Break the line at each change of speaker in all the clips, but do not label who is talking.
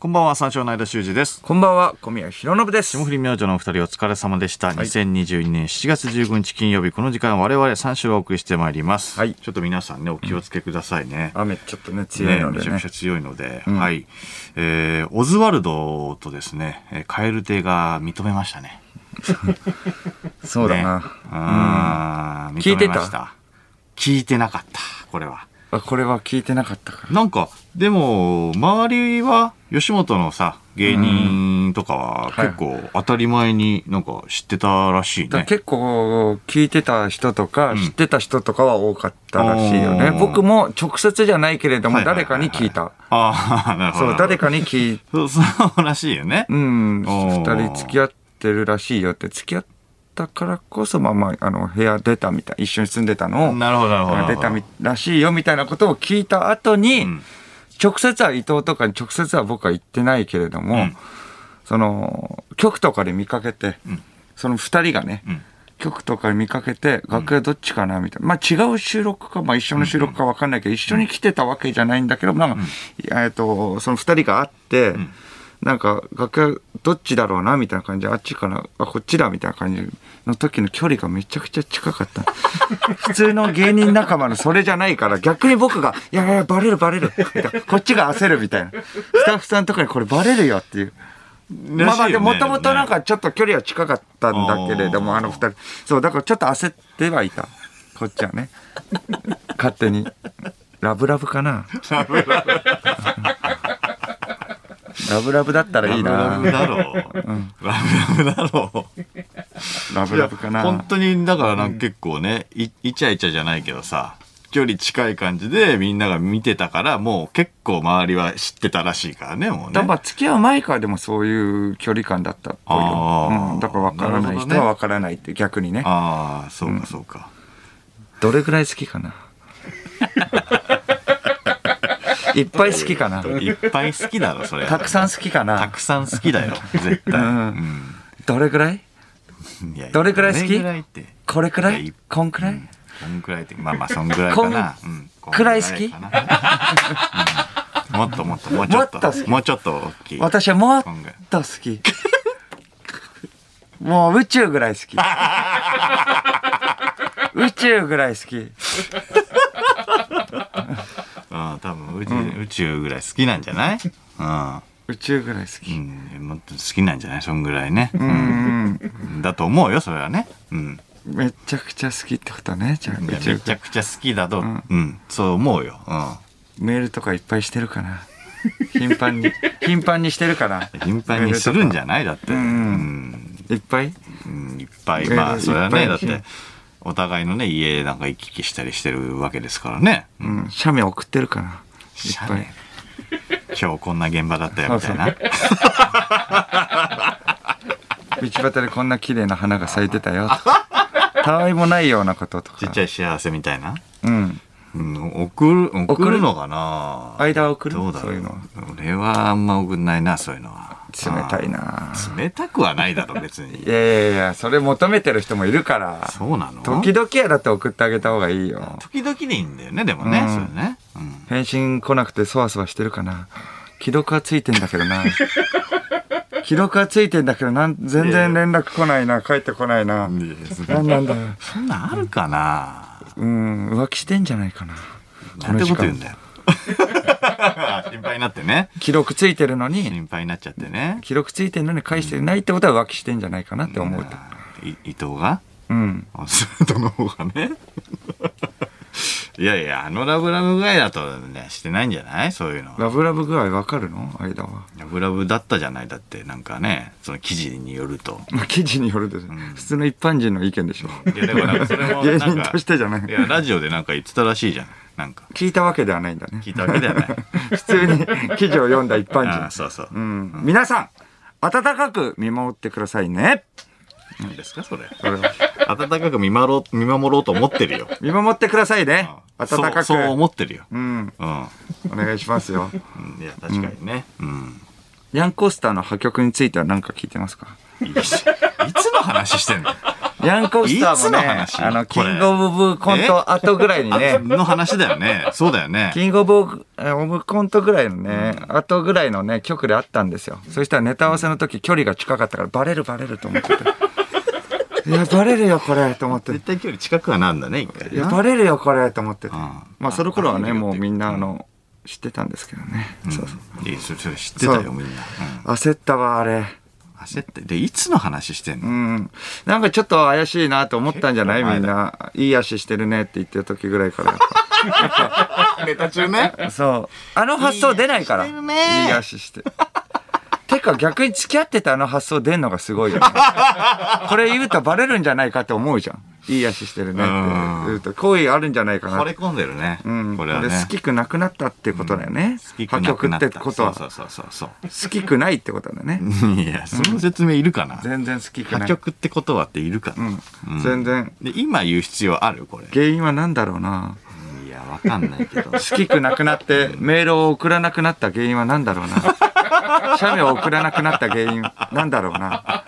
こんばんは、三照の間修二です。
こんばんは、小宮弘信です。
霜降り明星のお二人お疲れ様でした。2022年7月15日金曜日、この時間我々三照をお送りしてまいります。
はい
ちょっと皆さんね、お気をつけくださいね。
雨ちょっとね、強い
ね
の
め
で
ち
ね。
ゃくちゃ強いので、はい。えー、オズワルドとですね、えーカエル亭が認めましたね。
そうだな、
ねあー
聞い
認
てた
めまし聞いてなかった、これは。
あこれは聞いてなかったから。
なんか、でも、周りは、吉本のさ、芸人とかは、
はい
結構当たり前になんか知ってたらしい
だ
ね。
結構聞いてた人とか、知ってた人とかは多かったらしいよね
おー。
僕も直接じゃないけれども、
はいはいはい
誰かに聞いた。
あ あ、なるほど。
そう、誰
か。
かに聞い
そう、そうらしいよね。
うん、
お
二
ー
人付き合ってるらしいよって、付き合ったからこそ、まあまあ、あの、部屋出たみたい、一緒に住んでたのを、
なるほど、なるほど。
出たみらしいよみたいなことを聞いた後に、
ん
直接は伊藤とかに直接は僕は言ってないけれども、
うん
その局とかで見かけて、その2人がね、
ん
局とかで見かけて楽屋どっちかなみたいな、まあ違う収録か、まあ、一緒の収録か分かんないけど、一緒に来てたわけじゃないんだけどなんか、えっとその2人が会って。なんか楽屋どっちだろうなみたいな感じであっちかなあこっちだみたいな感じの時の距離がめちゃくちゃ近かった 普通の芸人仲間のそれじゃないから、逆に僕が、いやいや、バレるバレる。みたいなこっちが焦るみたいな。スタッフさんとかにこれバレるよっていう。まあまあ、でもともとなんかちょっと距離は近かったんだけれども、
あー
あの二人。そう、だからちょっと焦ってはいた。こっちはね。 勝手に。ラブラブか な。ラブラブだったらいい
ラ
な。
ブラブだろう。ラブラブだろう。
ラブラブか
いや本
な。
当にだからなんか結構ね、いイチャイチャじゃないけどさ距離近い感じでみんなが見てたからもう結構周りは知ってたらしいからねもうね
だから付き合う前からでもそういう距離感だったっぽい
あ
よ
ー。
うん、だから分からない人は分からないって逆にね。
ああそうかそうか、
どれぐらい好きか ないっぱい好きかない
っぱい好きだろそれ
たくさん好きか
た
な
くさん好きだよ絶対、
うんどれぐらい
うんいや
どれくらい好き
どれぐらいって
これくら
いや
いこんくらい、
こんくらいってまあまあそんぐらいかな
こ
うんこん
くらい好き
かなうんもっともっともうちょっと
もっと好き
もうちょっと大きい
私はもっ
こんぐらい
と好きもう宇宙ぐらい好 き宇宙ぐらい好き
うん多分宇宙,、宇宙ぐらい好きなんじゃないうん
宇宙ぐらい好き、
うん、もっと好きなんじゃないそんぐらいね、う
うんん、
だと思うよそれはね、うん、
めちゃくちゃ好きってことねじゃあ
いや
宇宙
めちゃくちゃ好きだと、うんそう思うよ、う、
メールとかいっぱいしてるかな頻繁に頻繁にしてるかなん
頻繁にするんじゃないだって、うんん
いっぱい
うんいっぱい
メール
まあそれはいね
っぱ
だ
い
っ
来て
てお互いのね家なんか行き来したりしてるわけですからね、うん
うん、写メ送ってるかな。い
写メ
っぱい。
今日こんな現場だったよみたいな
道端でこんな綺麗な花が咲いてたよ。たわいもないようなこととか。
ちっちゃい幸せみたいな、
うん。
うん、送る送るのかな
間を送る
どうだ
そ
ろ
う
う
いうのは。
俺はあんま送んないなそういうのは
冷たいな
冷たくはないだろ別
い
に
やいやいや、それ求めてる人もいるから。
そうなの
時々やだって送ってあげた方がいいよ。
時々でいいんだよねでもね、
うん
それね、うん
返信来なくてそわそわしてるかな。既読はついてんだけど な。既読はついてんだけどなん、全然連絡来ないな、帰ってこないな。なんなんだよ。
そんなんあるかな、
うん、浮気してんじゃないかな。
なんてこと言うんだよ 心配になってね
既読ついてるのに、
心配になっちゃってね
記録ついてるのに返してないってことは浮気してんじゃないかなって思うと。
い伊藤が
うん。
あそれとの方がねいやいやあのラブラブぐらいだとねしてないんじゃないそういうのは
ラブラブ具合わかるの間は。
ラブラブだったじゃないだってなんかねその記事によると
まあ、記事によるです、普通の一般人の意見でしょ。
いやでもなんかそれもな
芸
んか
人としてじゃないい。
やラジオでなんか言ってたらしいじゃんなんか
聞いたわけではないんだね
聞。いたわけではない
普通に記事を読んだ一 般
ああ
人。
そうそう、
うん。皆さん、温かく見守ってくださいね。
何ですかそれ
それは
温かく見守ろう見守ろうと思ってるよ
見守ってくださいね。温かく。
そうそう思ってるよ
うん。
うん、
お願いしますよ。
うんいや確かにねうん、
ヤンコースターの破局については何か聞いてますか
いいしつの話してんの
ジャンコスターも
いつの
ね、
話
あの、
こ
キ
れ
ングオブコント後ぐらいにね、
の話だよね。そうだよね。
キングオブオブコントぐらいのね、後ぐらいのね、曲であったんですよ。そしたらネタ合わせの時、距離が近かったから、バレるバレると思って て。いや、バレるよ、これ、と思って。
絶対距離近くはなんだね、一回
い
な
や、バレるよ、これ、と思ってて。
うん
まあ、その頃はね、もうみんな、あの、知ってたんですけどね。そうそう。
いやそれそれ知ってた
そ
よ、
う
みんな。
焦ったわ、あれ。
うん焦って。で、いつの話してん
う
の
ん。なんかちょっと怪しいなと思ったんじゃないみんな。いい足してるねって言ってる時ぐらいからやっぱ。
ネタ中ね。
そう。あの発想出ないから。
いい足してる
い
ね
い足して。てか逆に付き合ってたあの発想出んのがすごいよね。これ言うとバレるんじゃないかって思うじゃん。いい足してるねって言うと、好意あるんじゃないかな
惚
って。
れ込んでるね。
うん。
これはね
俺。好きくなくなったってことだよね。
好き
破
くなく
局
な
っ
った
てことは、
そうそうそうそうそ
好きくないってことだね。
う。いや、その説明いるかな
全然好きく
破
ない。
局ってことはっているかな
うん。全然。
で、今言う必要あるこれ。
原因は何だろうな。
いや、わかんない けど。
好きくなくなって、メールを送らなくなった原因は何だろう な。写メを送らなくなった原因、何だろうな。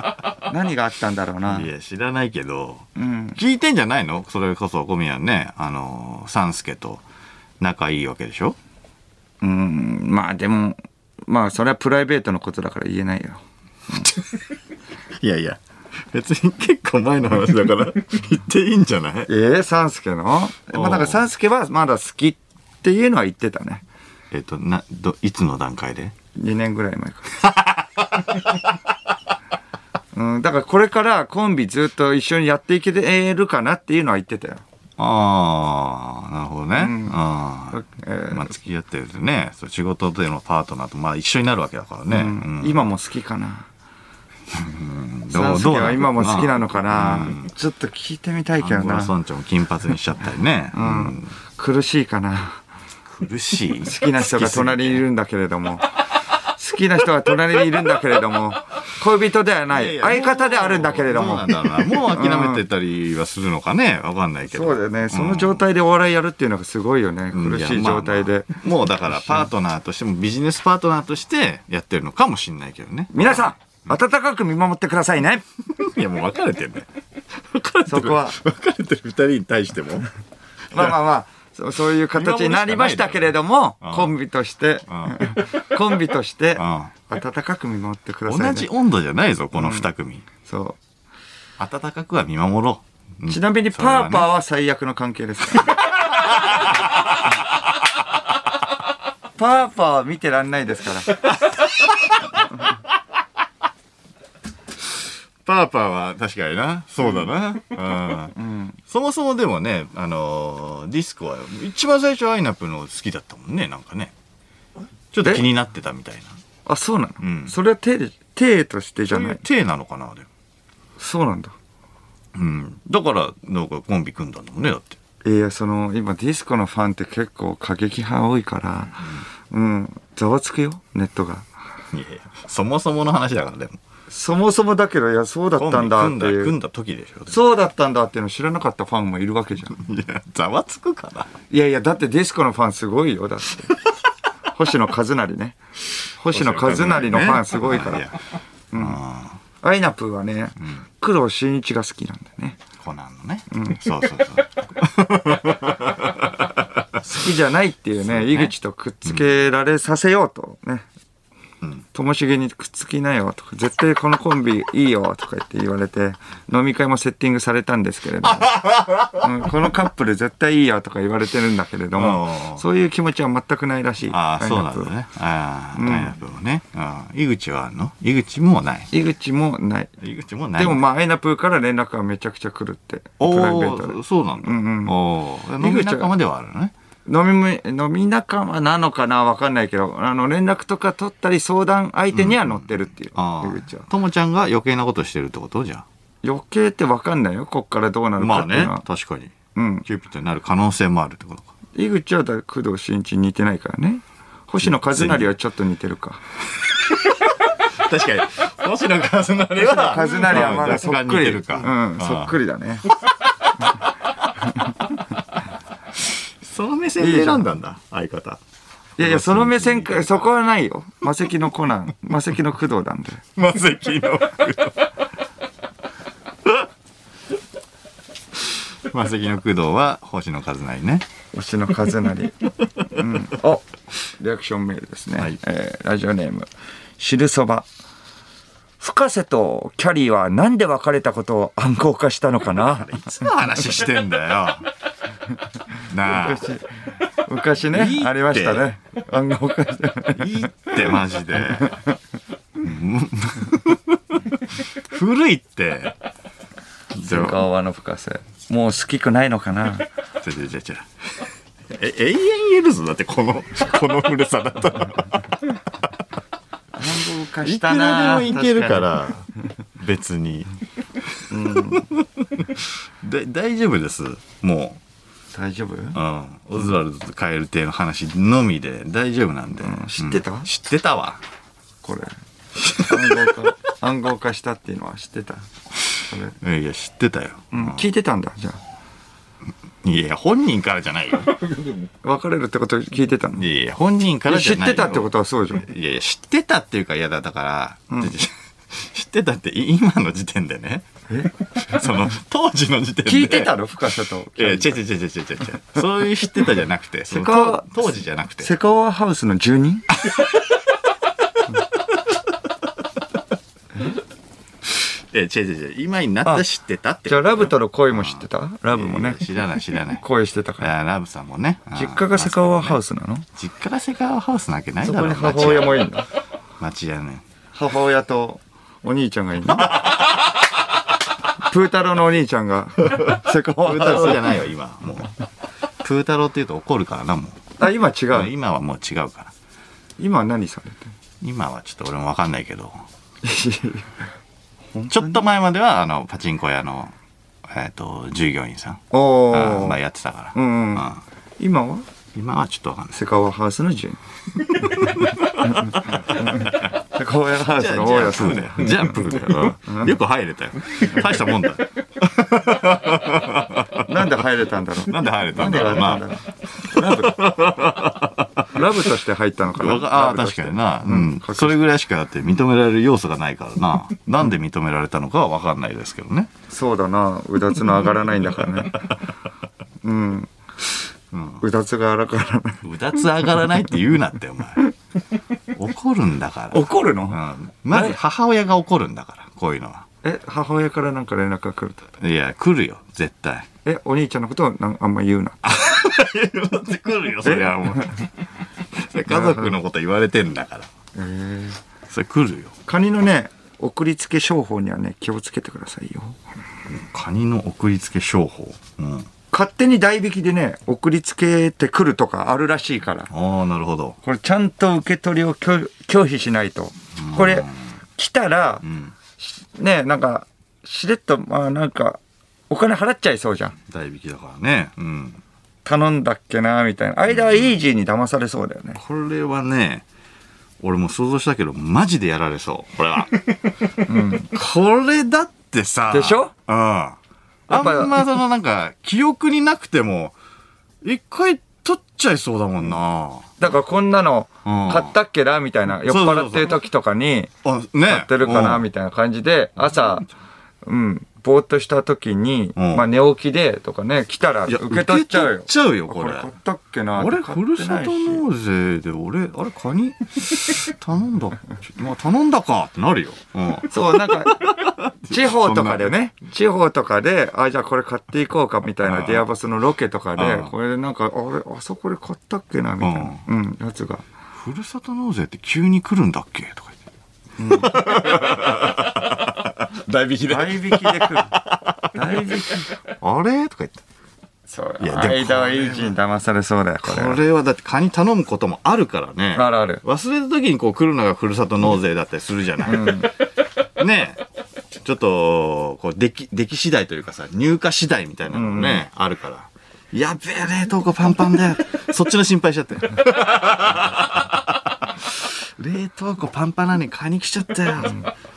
何があったんだろうな。
いや、知らないけど。
うん。
聞いてんじゃないのそれこそ小宮ね、あの、三助と仲いいわけでしょ
うん、まあでも、まあそれはプライベートのことだから言えないよ。
いやいや、別に結構前の話だから、言っていいんじゃない
ええ三助のまあだから三助はまだ好きっていうのは言ってたね。
えっと、な、ど、いつの段階で
2年ぐらい前 から。うん、だからこれからコンビずっと一緒にやっていけるかなっていうのは言ってたよ。
ああ、なるほどね。
ん
ああ
えー
まあ、付き合ってるとね、そう仕事でのパートナーと、まあ、一緒になるわけだからね。
うん
うん
今も好きかな。
ど
三
う
助
どうなのか
は
な
今も好きなのかな、ちょっと聞いてみたいけ
ア
ど
ンゴラ
な、
村長も金髪にしちゃったりね。う
うん
ん
苦しいかな
苦しい。好
好きな人が隣にいるんだけれど も好きな人が隣にいるんだけれども恋人ではない
いやいや
相方であるんだけれども
うなんだろうな。もう諦めてたりはするのかね。わかんないけど。
そうだよね、その状態でお笑いやるっていうのがすごいよね、
うん
苦しい状態で、
やまあまあもうだからパートナーとしてもビジネスパートナーとしてやってるのかもしんないけど ね。
皆さん温かく見守ってくださいね
いやもう別れてるね。別れてる。
そこは
別れてる二人に対 しても。
まあまあまあそうそういう形になりましたけれども、
見守るしかないだろうね
コンビとして、コンビとして
うん
温かく見守ってくださいね
同じ温度じゃないぞ、この二組。
そう
暖かくは見守ろううん。
ちなみに
それは
パ
ね
ーパーは最悪の関係ですから、 パーパーは見てらんないですから。
パーパーは確かにな。そうだな。うん。そもそもでもね、あのーディスコは一番最初アイナップの好きだったもんね、なんかね。ちょっと気になってたみたいな。
あ、そうなの、
うん
それは手で、手としてじ
そ
ゃ
うい
な
う
い。
体なのかな、でも。
そうなんだ。
うん。だから、なんかコンビ組んだんだもんね、だって。
いや、その、今ディスコのファンって結構過激派多いから、うん、ざわつくよ、ネットが。
いやいや、そもそもの話だから、でも。
そもそもだけど、いや、そうだったんだ
コ
っ
ンビ
て
組んだ、
い
組ん
う。
だ時でしょ。でも
そうだったんだっていうの知らなかったファンもいるわけじゃん。
いや、ざわつくかな。
いやいや、だってディスコのファンすごい よ、だって。星野和成ね。星野和成のファンすごいか
い
ら
や。。あ
アイナプーはね、工藤新一が好きなんだよね。
ーコナンのね。そう そうそう。
好きじゃないっていうね、井口とくっつけられさせようとね。ともしげにくっつきなよとか、絶対このコンビいいよとか言って言われて、飲み会もセッティングされたんですけ れども、うんこのカップル絶対いいよとか言われてるんだけれど
お
も、
ー
そういう気持ちは全くないらしい。
ああ、
アイ
そう
ナ
な
プー
んだ
は
ね。ああ、アイナプーもね。あー井口はあんの井口もない。
井口もない。
井口もない。
でもまあ、アイナプーから連絡がめちゃくちゃ来るって、プ
お
ライベートで
ー、。そうなんだ。
うんうん
おー飲み仲間ではあるのね。
飲みむ、飲み仲間なのかなわかんないけど、あの、連絡とか取ったり相談相手には乗ってるっていう、
あ
江口は
あ。ともちゃんが余計なことしてるってことじゃ
余計ってわかんないよ、こっからどう
あ。
なる
ま
か
あ
っていう
ね
のは。、
確かに。
うん。
キューピットになる可能性もあるってことか。
井口はだ工藤新一に似てないからね。星野和成はちょっと似てるか。
確かに。 星野和成は
和成はまだそっくり。うん、そっく
り。
りだ ね。
その目線で選んだんだ、相方。
いやいや、その目線か、そこはないよ。魔石のコナン、魔石の工藤なんで。
まず昨日。満席の工藤は星野一成ね。
推しの風な り、うん、おリアクションメールですね、
はい
えーラジオネーム汁そば深瀬とキャリーはなんで別れたことを暗号化したのか ない
つの話してんだよ。 なあ、
昔ね
いいって
ありましたね暗号化した
いいってマジで。もう古いって。じゃ
川の深瀬もう好きくないのかな
あ、じゃじゃじゃ。え永遠言えるぞだってこのこの古さだと
暗号化
い
し
く
たな
らでもいけるから別に、だ大丈夫ですも
確かに大丈夫
う、うん、オズワルドとカエル亭の話のみで大丈夫なんで、
知ってた、
知ってたわ
これ暗号化暗号化したっていうのは知ってたこ
い
れ、
やいや知ってたよ、
うん、聞いてたんだじゃ
いやいや本人からじゃないよ
あ別れるってこと聞いてたの
いやいや本人からじ
知
ゃ
っ
ないよ
てたってことはそう じゃん
いやいや知ってたっていうかいやだだから、ちょちょ 知ってたって今の時点でねその当時の時点で
聞いてたの深さと
いや、違う違う違う違う違う違う。そういう知ってたじゃなくて、その当当時じゃなくて。
セカオワハウスの住人
え、違う違う違う。今になった知ってたって。
じゃあラブとの恋も知ってたラ
いや
ブ
いや
もね
知らない知らない。
恋してたから
あラブさんもね。
実家がセカオワハウ
ス。
スなの
実家がセカオワハウスなわけない
そ
だ
こ
ろ
に。母親もいい んだ
町屋ね。
母親とお兄ちゃんがいるのプー太郎のお兄ちゃ んがセカオ
プ
ワ
ータ
ハ
ローじゃ
ウ
ないよ、今。もう。プータローって言うと怒るからな、も
スあ今違
う。
う
今はもう違うから。
今何されて
今はちょっと俺もわかんないけど。
る
ちょっと前までは、あの、パチンコ屋の、えっと、従業員さん。
お
あ
お
まあやってたから。
うんうん
あ
今は
今はちょっとわかんない。
セカオワハウスの住 人 セカオワハウ
じ
ス
ゃ
の
あ、
大家
プ
さん
ーだよ。じゃあ、プーだよ。うんよく入れたよ。大したもんだ。
なんで入れたんだろう
なんで入れた
なんんで
だろ
ラ
う
ブなん
な。
だろうラブラブとして入ったのかな
わかああ、
ラブと
確
して
かにな。う
うん
ん。それぐらいしかだって認められる要素がないからな。なんで認められたのかはわかんないですけどね。
そうだなうだつの上がらないんだからねうん
うん。
うだつが上がらないう
だつ上がらないって言うなって、お 前。怒るんだから。
怒るの
うん。まず母親が怒るんだから、こういうのは。
え母親からなんか連絡が来ると
いや、来るよ、絶 対。
えお兄ちゃんのことはなんあんま言うな
来るよ、そりゃもう。それ家族のこと言われてんだから。
えー
それ来るよ。
カニのね送りつけ商法にはね気をつけてくださいよ
カニの送りつけ商法。うん。
勝手に代引きでね送りつけてくるとかあるらしいから
ああ、なるほど。
これちゃんと受け取りを拒拒否しないとこれ来たら
うん。
ねなんかしれっとまあなんかお金払っちゃいそうじゃん
代引きだからね。うん。
頼んだっけなみたいな間はイージーに騙されそうだよね
これはね、俺も想像したけど、マジでやられそう。これ は。これだってさ。
でしょ
うん。あ
やっぱ
んまそのなんか、記憶になくても、一回取っちゃいそうだもんな。
だからこんなの
うん
買ったっけなみたいな酔っ払ってる時とかに
あ、ね。
買ってるかな
うん
みたいな感じで朝うんぼーっとした時に
うん
まあ寝起きでとかね来たら
いや、
受け取っちゃ
受け取
うよ
っちゃうよ、こ
こ
れ
れ。買ったっけな
あれ、
買
ふ
っ
る
て
さ
ないし
と納税で俺、あれ、カニ 頼んだ。まあ、頼んだかってなるよ。うん。
そう、なん か、地方とかでね、地方とかで、あ、じゃあこれ買っていこうかみたい
あ
な、
あ
ディアバスのロケとか
あ
で
あ、
これでなんか、あれ、あそこで買ったっけな、みたいな、うん、やつが。
ふるさと納税って急に来るんだっけとか言 って。代引き
代引きで来る。代引き。
あれとか言って。
そう、
いやでもこれは
間は友人騙されそうだよ、これ
こ
は。
れはだってカニ頼むこともあるからね。
あるある。
忘れた時にこう来るのがふるさと納税だったりするじゃない。ねえ。ちょっと、こう、出来、出来次第というかさ、入荷次第みたいなのもね、あるから。やべえ、冷凍庫パンパンだよ。そっちの心配しちゃ って。冷凍庫パンパンなのに買いに来ちゃったよ。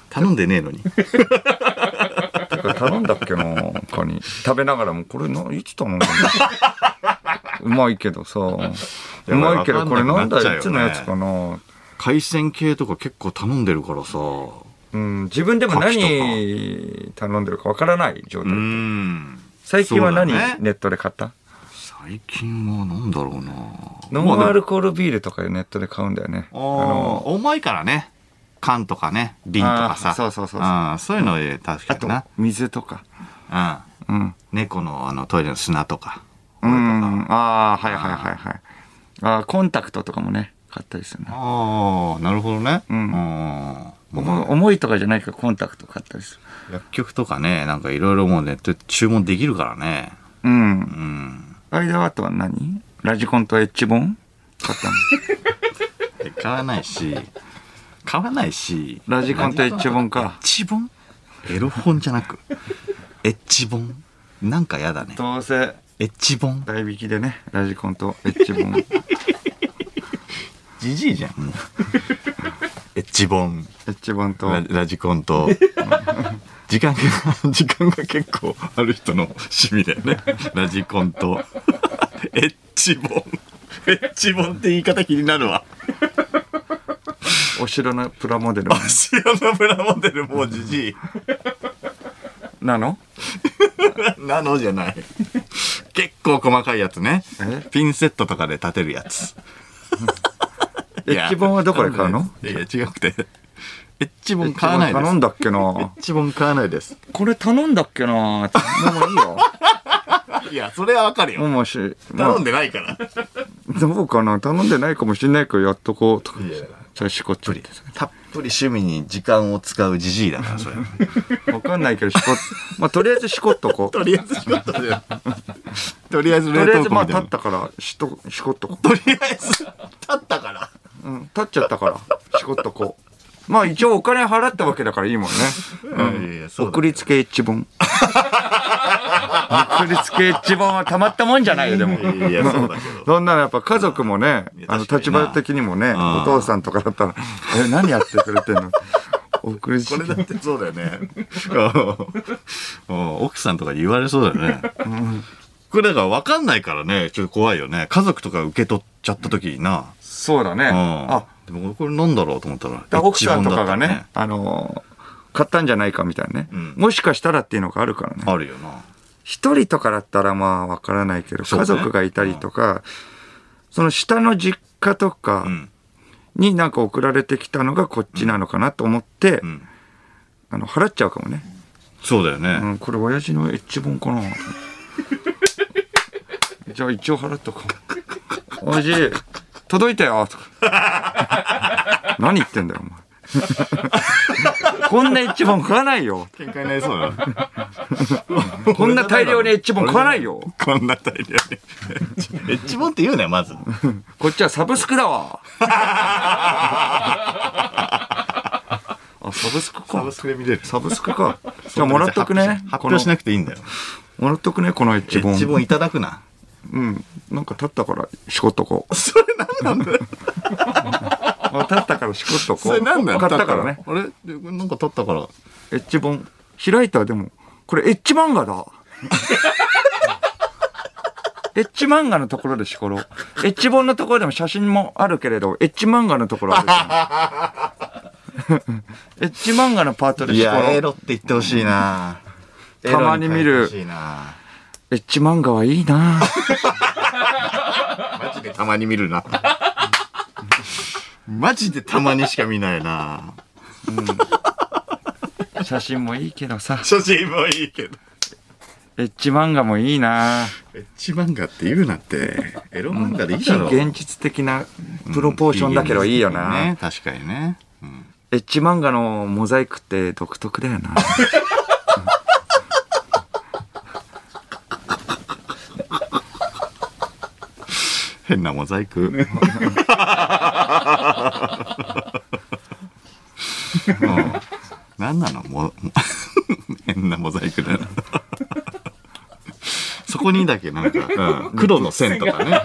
頼んでねえのに。
これ頼んだっけな、カニ。食べながらも、これな、いつ頼ん だのうまいけどさ。うまいけど、これなんだ、いつのやつかな。
海鮮系とか結構頼んでるからさ。
うん、自分でも
牡蠣
何頼んでるかわからない状
う
態。
ん。
最近は何、
そうだね
ネットで買った
最近はなんだろうな
ノンア
まあでも
ルコールビールとかネットで買うんだよね。あ
あ
の、
ー重いからね缶とかね瓶とか
あ
さ
ーそうそうそうそうん
そういうので確
あ
か
と
にな、
水とか。
うん、
うん。
猫のあのトイレの砂とか
うん。ああ、はいはいはいはい。ああ、コンタクトとかもね、買ったりするな。
ああなるほどね
うん
ん
僕重いとかじゃないからコンタクト買ったりする。
薬局とかねなんかいろいろもうネットで注文できるからね
う。
うんん
間はあとは何ラジコンとエッジ本買ったの。
買わないし買わないし
ラジコンとエッジ本か
エッ。チ本エロ本じゃなくエッチ本なんかやだね
どうせ
エッチ本
代引きでね、ラジコンとエッジ 本。エ
じじいじゃん もうエッチ本
ッジ本と。
ララジコンと 時間が 時間が結構ある人の趣味だ よねラジコン とエッチ本エッチ本って言い方気になるわ
お城のプラモ デルもね
白のプラモデルもうじじい
なの
なのじゃない結構細かいやつね
え
ピンセットとかで立てるやつ
エッジ本はどこで買うの
いやいや違 くてエッチ本買わないです
頼んだっけ
エ ッ
な
チ本買わないです
これ頼んだっけなってもうい いよ。
いやそれはわかる
もう
よ
もし、ま
頼んでないから
あ、どうかな頼んでないかもしれないけど、やっとこうとか
いや。
じゃあ、しこっちゃって。
たっぷり趣味に時間を使うじじいだからそれ
わかんないけど、しこっ、まあ、とりあえずしこっとこう。
とりあえず仕事でとりあえず
と
冷
りあえ
凍
ず、
庫
まあ、
みたい
立
な
ったから、しと、しこっとこう。
とりあえず立ったから
うん、立っちゃったから、しこっとこう。まあ、一応お金払ったわけだからいいもんね。
うんいやいやそうだ
送りつけ 一本。送りつけ一本はたまったもんじゃないよ、でも。
いやいやそうだけど
そんなのやっぱ家族もね
いや、
あの
確か
立
にな
場的にもね、
ん
お父さんとかだったら、 え、何やってくれてんの送りつ
これ
け
だってそうだよね。 うん奥さんとかに言われそうだよね。これだから分かんないからね、ちょっと怖いよね。家族とか受け取っちゃった時にな。
そうだね。
うん。
あ、
でもこれなんだろうと思ったら。
だから奥さんとかが
一番だ
ね
っ、
あのー買ったんじゃないかみたいなね、
うん
もしかしたらっていうのがあるからね
た。らね。あるよな。
一人とかだったらまあわからないけど、
そうね
家族がいたりとか、その下の実家とか
うん。
になんか送られてきたのがこっちなのかなと思って、
うん。
あの、払っちゃうかもね。
そうだよ
う
ね。
ん、これ親父のエッジ本 かなじゃあ一応払っとこう。親父、届いたよとか。何言ってんだよ、お前。 こんなエッジ本食わないよ。
喧嘩になりそうだな。
こんな大量にエッジ本食わないよ。
こんな大量に。エッチもんって言うなよ、まず。
こっちはサブスク だわ。あ、サブスクか。
スクで見れる。
サブスクか。じゃあもらっとくね。
発表しなくていいんだよ。
このもらっとくね、このエッ
エ
ジ本
ッチ。もんいただくな。
うん。なんか立ったからしこっとこ う。
それ何なんだ よ。
あ立ったからしこっとこ
それ
う。
何なんだよ。
買ったからね。。
あれなんか取ったから。
エッジ本。開いたらでも、これエッジ漫画だ。 エッジ漫画のところでしころ。エッジ本のところでも写真もあるけれど、エッジ漫画のところあ るけどエッジ漫画のパートで
い
しころ。
や、エ
エ
ロって言ってほしいな。
たまに見
エ
る
ロに変えてほしいな
ッジ漫画はいいな
マジでたまに見るな。 マジでたまにしか見ないな。
写真もいいけどさ、
写真もいいけど。
エッジ漫画もいいな
エッチ漫画って言うな って、エロ漫画でいいだ
非
ろ。
現実的なプロポーションだけどいいよな、
ね、確かにね。うん
エッジ漫画のモザイクって独特だよな。
変なモザイク。何なのも 変なモザイクだな。そこにだけなん か、うん黒の線とかね。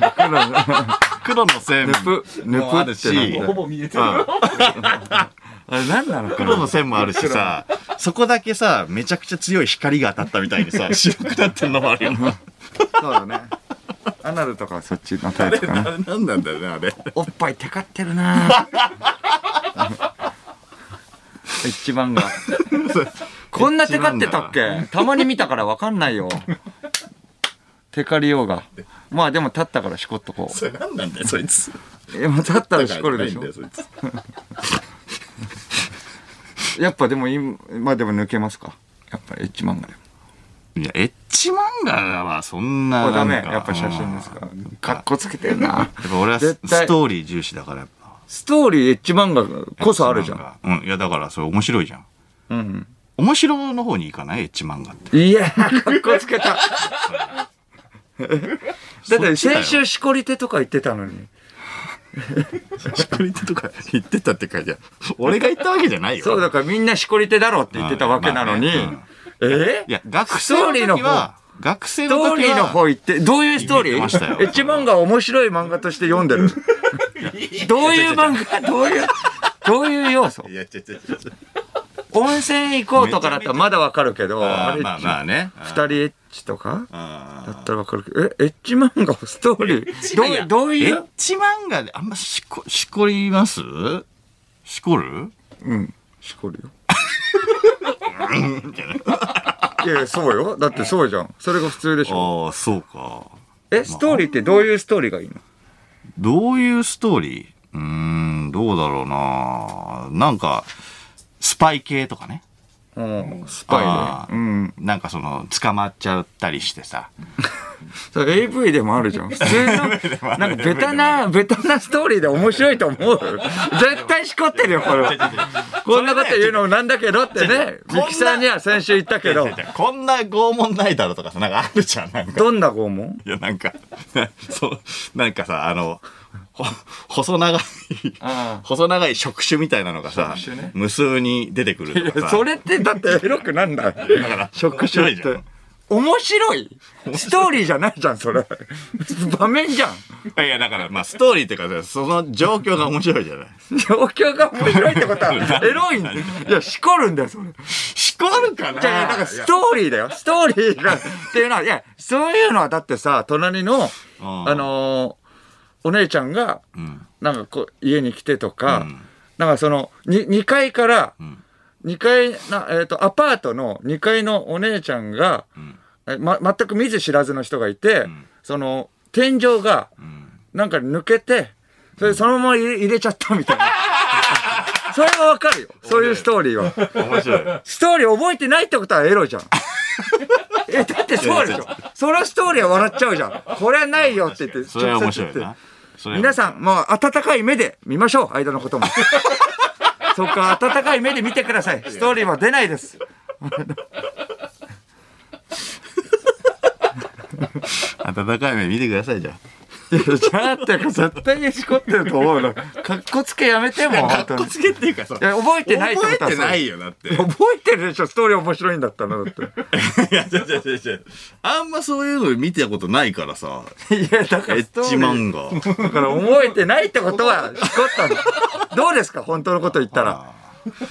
黒の線。
ぬぷ、ぬ
もう
ぷ
あ
っ
る
てなん
し
だよ
ほぼ見えてる。
うん
あれ何なのか
黒の
な
線もあるしさ、そこだけさ、めちゃくちゃ強い光が当たったみたいにさ、白くなってんのもあるよな。
そうだね。アナルとかはそっちのタ
あ
イ
れ、
プか
あ
な。
れ何なんだよね、あれ。
おっぱいテカってるな 一番が。こんなテカってたっけたまに見たからわかんないよ。テカリようが。まあでも立ったからしこっとこ
それ何なんだよそいつ
う。え、もう立ったらしこるでしょ
だ。からないんだよそい
やっぱでも今、まあでも抜けますか。やっぱエッジ漫画でも。
いや、エッチ漫画はそんな
こ
なん
れ
か。
ダメ。やっぱ写真ですから。かっこつけてるな。
やっぱ俺はス
絶対
ストーリー重視だからやっぱ。
ストーリーエッジ漫画こそあるじゃん。
ん。うん。いやだからそれ面白いじゃん。
うん。
面白の方に行かないエッチ漫画って。
いやー、かっこつけた。だって
そっちだよ
先週しこり手とか言ってたのに。
しこり手とか言ってたって感じゃ俺が言ったわけじゃないよ。
そう、だからみんなしこり手だろって言ってたわけなのに。
うん
え
いや、学生の時は、学生
スト
の
ーリ
時
ーの
は、
方行って、どういうストーリーエ
言ってましたよ
ッチ漫画を面白い漫画として読んでる。どういう漫画どういう、どういう要素
ついや違う違う違う
温泉行こうとかだったらまだわかるけど、
あ
あ
ー
れ、
まあまあね。
二人エッチとか
あ
だったらわかるけど、え、エッチ漫画をストーリー、どういう、どう
ーエ
い
ッ
う
チ漫画であんましこ、しこりますしこる
うん、しこるよ。 いやいや、そうよ。だってそうじゃん。それが普通でしょ。
ああ、そうか。
え、ストーリーってどういうストーリーがいいの
どういうストーリーうーん、どうだろうななんか、スパイ系とかね。
うん、ス
あー
パイで。うん。
なんかその、捕まっちゃったりしてさ。
それ AV でもある じゃん。普通の、なんかベタな、 ベタなストーリーで面白いと思 う。絶対しこってるよ、これ。 こんなこと言うのもなんだけどってね、
違う
ミキサーには先週言ったけど、
こんな拷問ないだろとかさ、なんかあるじゃん、なんか。
どんな拷問
いや、なんか、 そう、なんかさ、あの、ほ細長い
あ、
細長い触手みたいなのがさ
触手ね、
無数に出てくるとかさ
そ。れってだってエロくなん
だ
だ。
から、
職種
面
っ
白い
て。面白いストーリーじゃないじゃん、それ。場面じゃん。
じゃんいや、だから、まあ、ストーリーっていうかさ、その状況が面白いじゃない。
状況が面白いってこと は、エロいんだよ。いや、しこるんだよ、それ。
しこるかな
じゃあいや、だからストーリーだよ。ストーリーが、っていうのは、いや、そういうのはだってさ、隣の、
あ
あ
ー
のーお姉ちゃんが、
うん
なんかこう、家に来てとか、
うん
なんかその、に2階から、
ん
2階な、えっ、と、アパートの2階のお姉ちゃんが、
ん
えま、全く見ず知らずの人がいて、
ん
その、天井が、
うん
なんか抜けて、それそのまま入れ入れちゃったみたい な。それはわかるよ。そういうストーリーは。
面白い。
ストーリー覚えてないってことはエ ロじゃん。え、だってそうでしょ。そのストーリーは笑っちゃうじゃん。これはないよって言って、
それは面白
直
い
接言っ
な
て。
それは
皆さん、もう温かい目で見ましょう。間のこと も。そっか、温かい目で見てください。ストーリーは出ないです。
温かい目見てくださいじゃん。
いやじゃあってか絶対にしこってると思うの。かっこつけやめても、本当に。い
つけっていうかさ、
や、覚えてないってことは
覚えて
そう
ないよ、だって。
覚えてるでしょ、ストーリー面白いんだったら、だって。
いや、違う違う違う違う。あんまそういうの見たことないからさ、
いや、だから
エ
ストー
ッ
リー、
ジ漫画。
だから覚えてないってこと は、しこったの。どうですか本当のこと言ったら。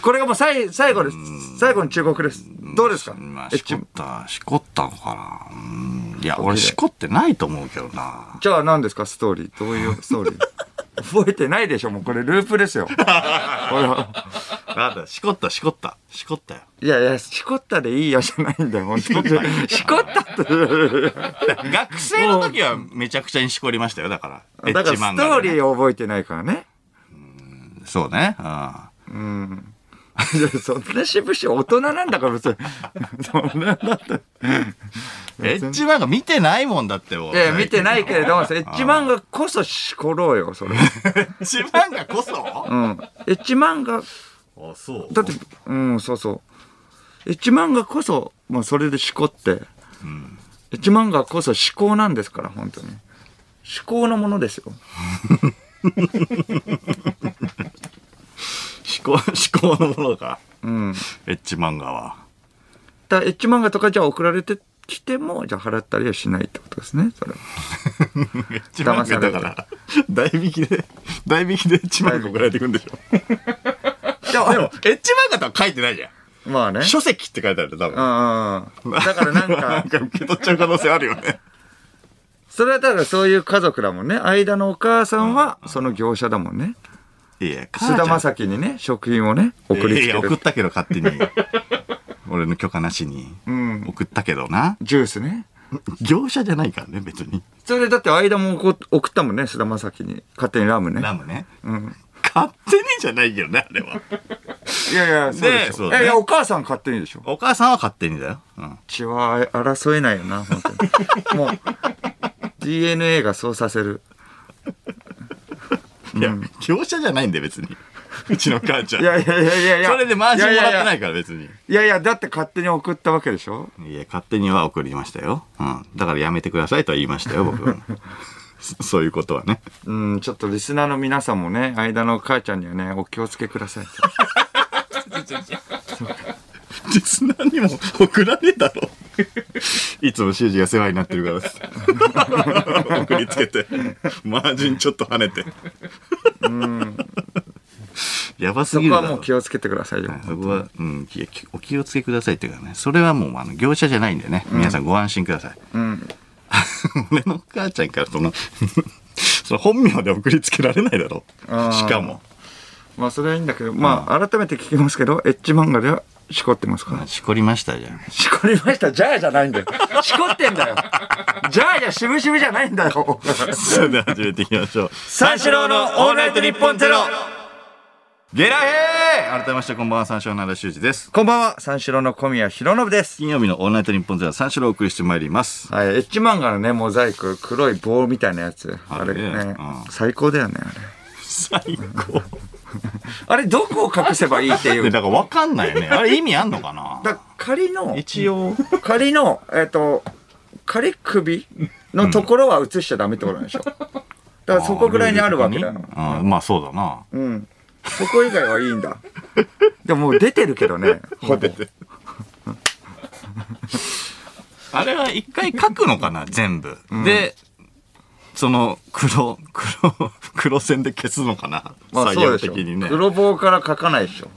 これがもう最最後です。最後の忠告です。どうですか
まあ、
え
しこった、しこったのかな。うんいや、俺しこってないと思うけどな。
じゃあ何ですかストーリー。どういうス トーリー覚えてないでしょもうこれループですよ。ほら
あだ、しこった、しこった、しこったよ。
いやいや、しこったでいいよじゃないんだよ、本当 に。しこったって。
学生の時はめちゃくちゃにしこりましたよ、だから。エ
だ
ッ
か
ジ
らス
漫
ト
画
ー
で
リ
ね。
ーを覚えてないからね。
そうね。うん
うん。いやそんな渋々大人なんだから別に。 そんなだって。
エッジ漫画見てないもんだって、
いや、見てないけれども、エ
エ
ッジ漫画こそしころうよ、それ。
ッジ漫画こ そ
うん。エッジ漫画、
あ、そう。
だって、うん、そうそう。エッジ漫画こそ、もうそれでしこって。エッジ漫画こそ思考なんですから、本当に。思考のものですよ。
思考、思考のものか。
うん。
エッジ漫画は。
だからエッジ漫画とかじゃあ送られてきても、じゃあ払ったりはしないってことですね、それは。
エッジ漫画だから、代引きで、代引きでエッジ漫画送られていくんで しょ。
じゃあ、
でも、エッジ漫画とは書いてないじゃん。
まあね。
書籍って書いてあるよ、多分。
うんうんうん。だからな ん
な
か
ん、か受け取っちゃう可能性あるよね。
それはただそういう家族だもんね。間のお母さんは、その業者だもんね。
いや、
菅田将暉にね、食品をね、送りつ
い
け
や、送っ
る。
た けど、勝手に。俺の許可なしに。送ったけどな。
ジュースね。
業者じゃないからね、別に。
それだって間も送送ったもんね、菅田将暉に。勝手にラムね。
ラムね。
うん。
勝手にじゃないよね、あれは。
いやいや、そうで
ね
し
そう
ょ。
だね
いやいや、お母さん勝手にでしょ。う
お母さんは勝手にだよ。うん。
ちは争えないよな、本当に。もう、DNA がそうさせる。
いや、業者じゃないんで 別に。うちの母ちゃん。
いやいやいやいやいや。
それでマージンもらってないいから別に。
やいや。いやいや、だって勝手に送ったわけでしょ。
いや、勝手には送りましたよ。うん。だからやめてくださいとは言いましたよ、僕 は。そ そういうことはね。
うん、ちょっとリスナーの皆さんもね、間の母ちゃんにはね、お気をつけください。
リスナーにも送らねえだろ。 いつも修二が世話になってるからです。 送りつけて。マージンちょっと跳ねて。や ばす
そ
ぎ
こ
るだ
は
ろ
もう気をつけてくださいよ。
そこは、うん、ききお気をつけくださいっていうかね、それはもう、あの、業者じゃないんでね、皆さんご安心ください。
うん。
俺の母ちゃんからその、 その本名で送りつけられないだろ
あ。ー
しかも。
まあ、それはいいんだけど、まあ、改めて聞きますけど、エッジ漫画ではしこってますから。
しこりましたじゃん。
しこりました。じゃあじゃないんだよ。しこってんだよ。じゃあじゃしぶしぶじゃないんだよ。
それでは始めていきましょう。
三四郎のオールナイトニッポンゼロ
ゲラヘー改めましてこんばんは、三四郎の奈良修二です。
こんばんは、三四郎の小宮浩信です。
金曜日のオールナイトニッポンゼロは三四郎をお送りしてまいります。
はい、エッジ漫画のね、モザイク、黒い棒みたいなやつ。あれ
あれね
ね
うん、
最高だよね、あれ。
最高。
あれ、どこを隠せばいいってい
で、
う。だ
だからわかんないよ ね。あれ意味あんのかな
仮の、
一応。
仮の、えっと、仮首のところは映しちゃダメってことなんでしょ。だからそこぐらいにあるわけだよ。
うん、まあそうだな。
うん。そこ以外はいいんだ。でももう 出てるけどね、ほぼ。
あれは一回書くのかな、全部。で、その黒、黒、黒線で消すのかな、
まあ
作
そう
業
でし
的
ょ。
にね。
黒棒から書かないでしょ。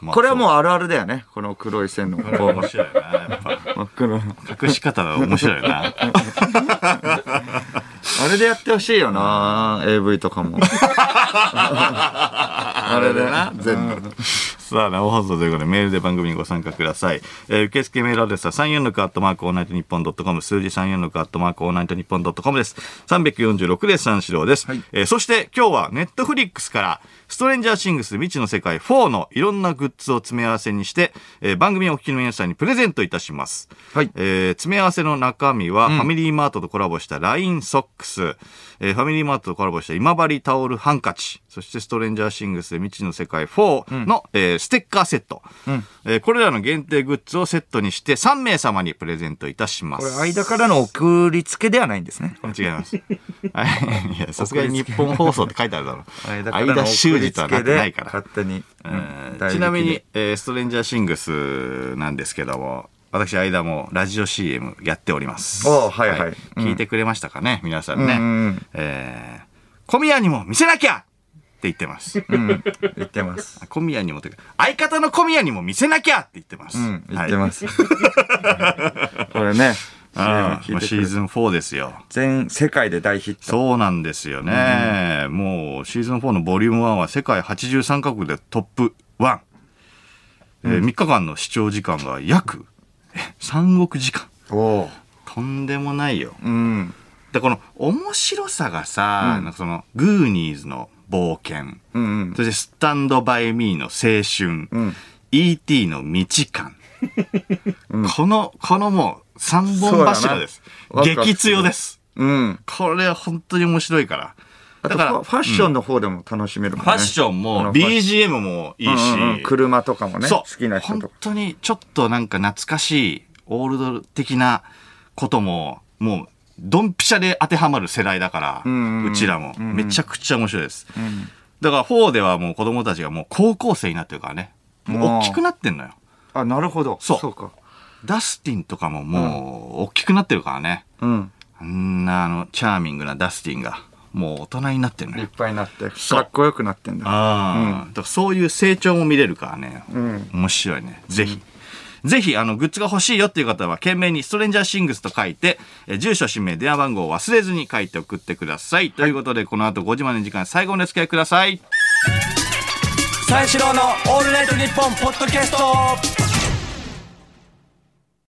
まあ
これはもうあるあるだよね、この黒い線の
そう
棒
面白いよな、やっぱ。
黒。
隠し方が面白いよな。
あれでやってほしいよな AV とかも。
あれだな、全部。さあ、生放送ということで、メールで番組にご参加ください。えー受付メールアドレスは346アットマークオールナイトニッポンドットコム、数字346アットマークオールナイトニッポンドットコムです。346で三四郎です。えーそして、今日はネットフリックスから、ストレンジャーシングス未知の世界4のいろんなグッズを詰め合わせにして、えー番組をお聞きの皆さんにプレゼントいたします。
はい
えー詰め合わせの中身は、ファミリーマートとコラボした LINE ソックス、えーファミリーマートとコラボした今治タオルハンカチ、そしてストレンジャーシングスで未知の世界4の、えーステッカーセット、えーこれらの限定グッズをセットにして3名様にプレゼントいたしま
こ
す。
れ間からの送りつけではないんですね。
違います。 はいいや、さすがに日本放送って書いてあるだろ。
間からの
間
送
修
り
二と
つ
はな
け
ってない
で
から。
勝手に。
えー
代理
ち
的
なみに、えーストレンジャーシングスなんですけども、私、間もラジオ CM やっております。
おーはいはいうん
聞いてくれましたかね、皆さん
うんうんう
ね
ん。
えー小宮にも見せなきゃって言って ます。
うん、言ってます。
小宮にもというか、相方の小宮にも見せなきゃって言ってます。
うん、言
は
っ
い
てます。これね、
あ
CM
ーもうシー
聞いてくれ
ズン4ですよ。
全世界で大ヒット。
そうなんですよね。もう、シーズン4のボリューム1は世界83カ国でトップ1。えー3日間の視聴時間が約え3億時間。
お
とんでもないよ。
うん。
で、この面白さがさ、なんかその、グーニーズの冒険、
うんうん。
そしてスタンドバイミーの青春、
ん
E.T. の未知感。この、このもう、三本柱です
そう。だな
激強です。
うん。
これは本当に面白いから。
あ
だ
と
から
ファファッションの方でも楽しめるもんね。
ファッション
あ
も、
のファッ
BGM もいいし、
うんうんうん車とかもね、
そう
好きな人
本
とか。
当にちょっとなんか懐かしい、オールド的なことも、もう、ドンピシャで当てはまる世代だから、うん
うんうん
ちらも、めちゃくちゃ面白いです。だから4ではもう子供たちがもう高校生になってるからね。もう大きくなってんのよ。
あ、なるほど。
そう
そうか。
ダスティンとかももう大きくなってるからね。
うん。
あんなあの、チャーミングなダスティンが、もう大人になってるのよ
立。派になって、
そう
かっこよくなってんだ。
ああ、だからそういう成長も見れるからね、
ん
面白いねぜひ、ぜひあのグッズが欲しいよっていう方は懸命に「ストレンジャーシングス」と書いてえー住所氏名電話番号を忘れずに書いて送ってください、ということでこの後5時までの時間最後までお付き合いください
三四郎のオールナイトニッポンポッドキャスト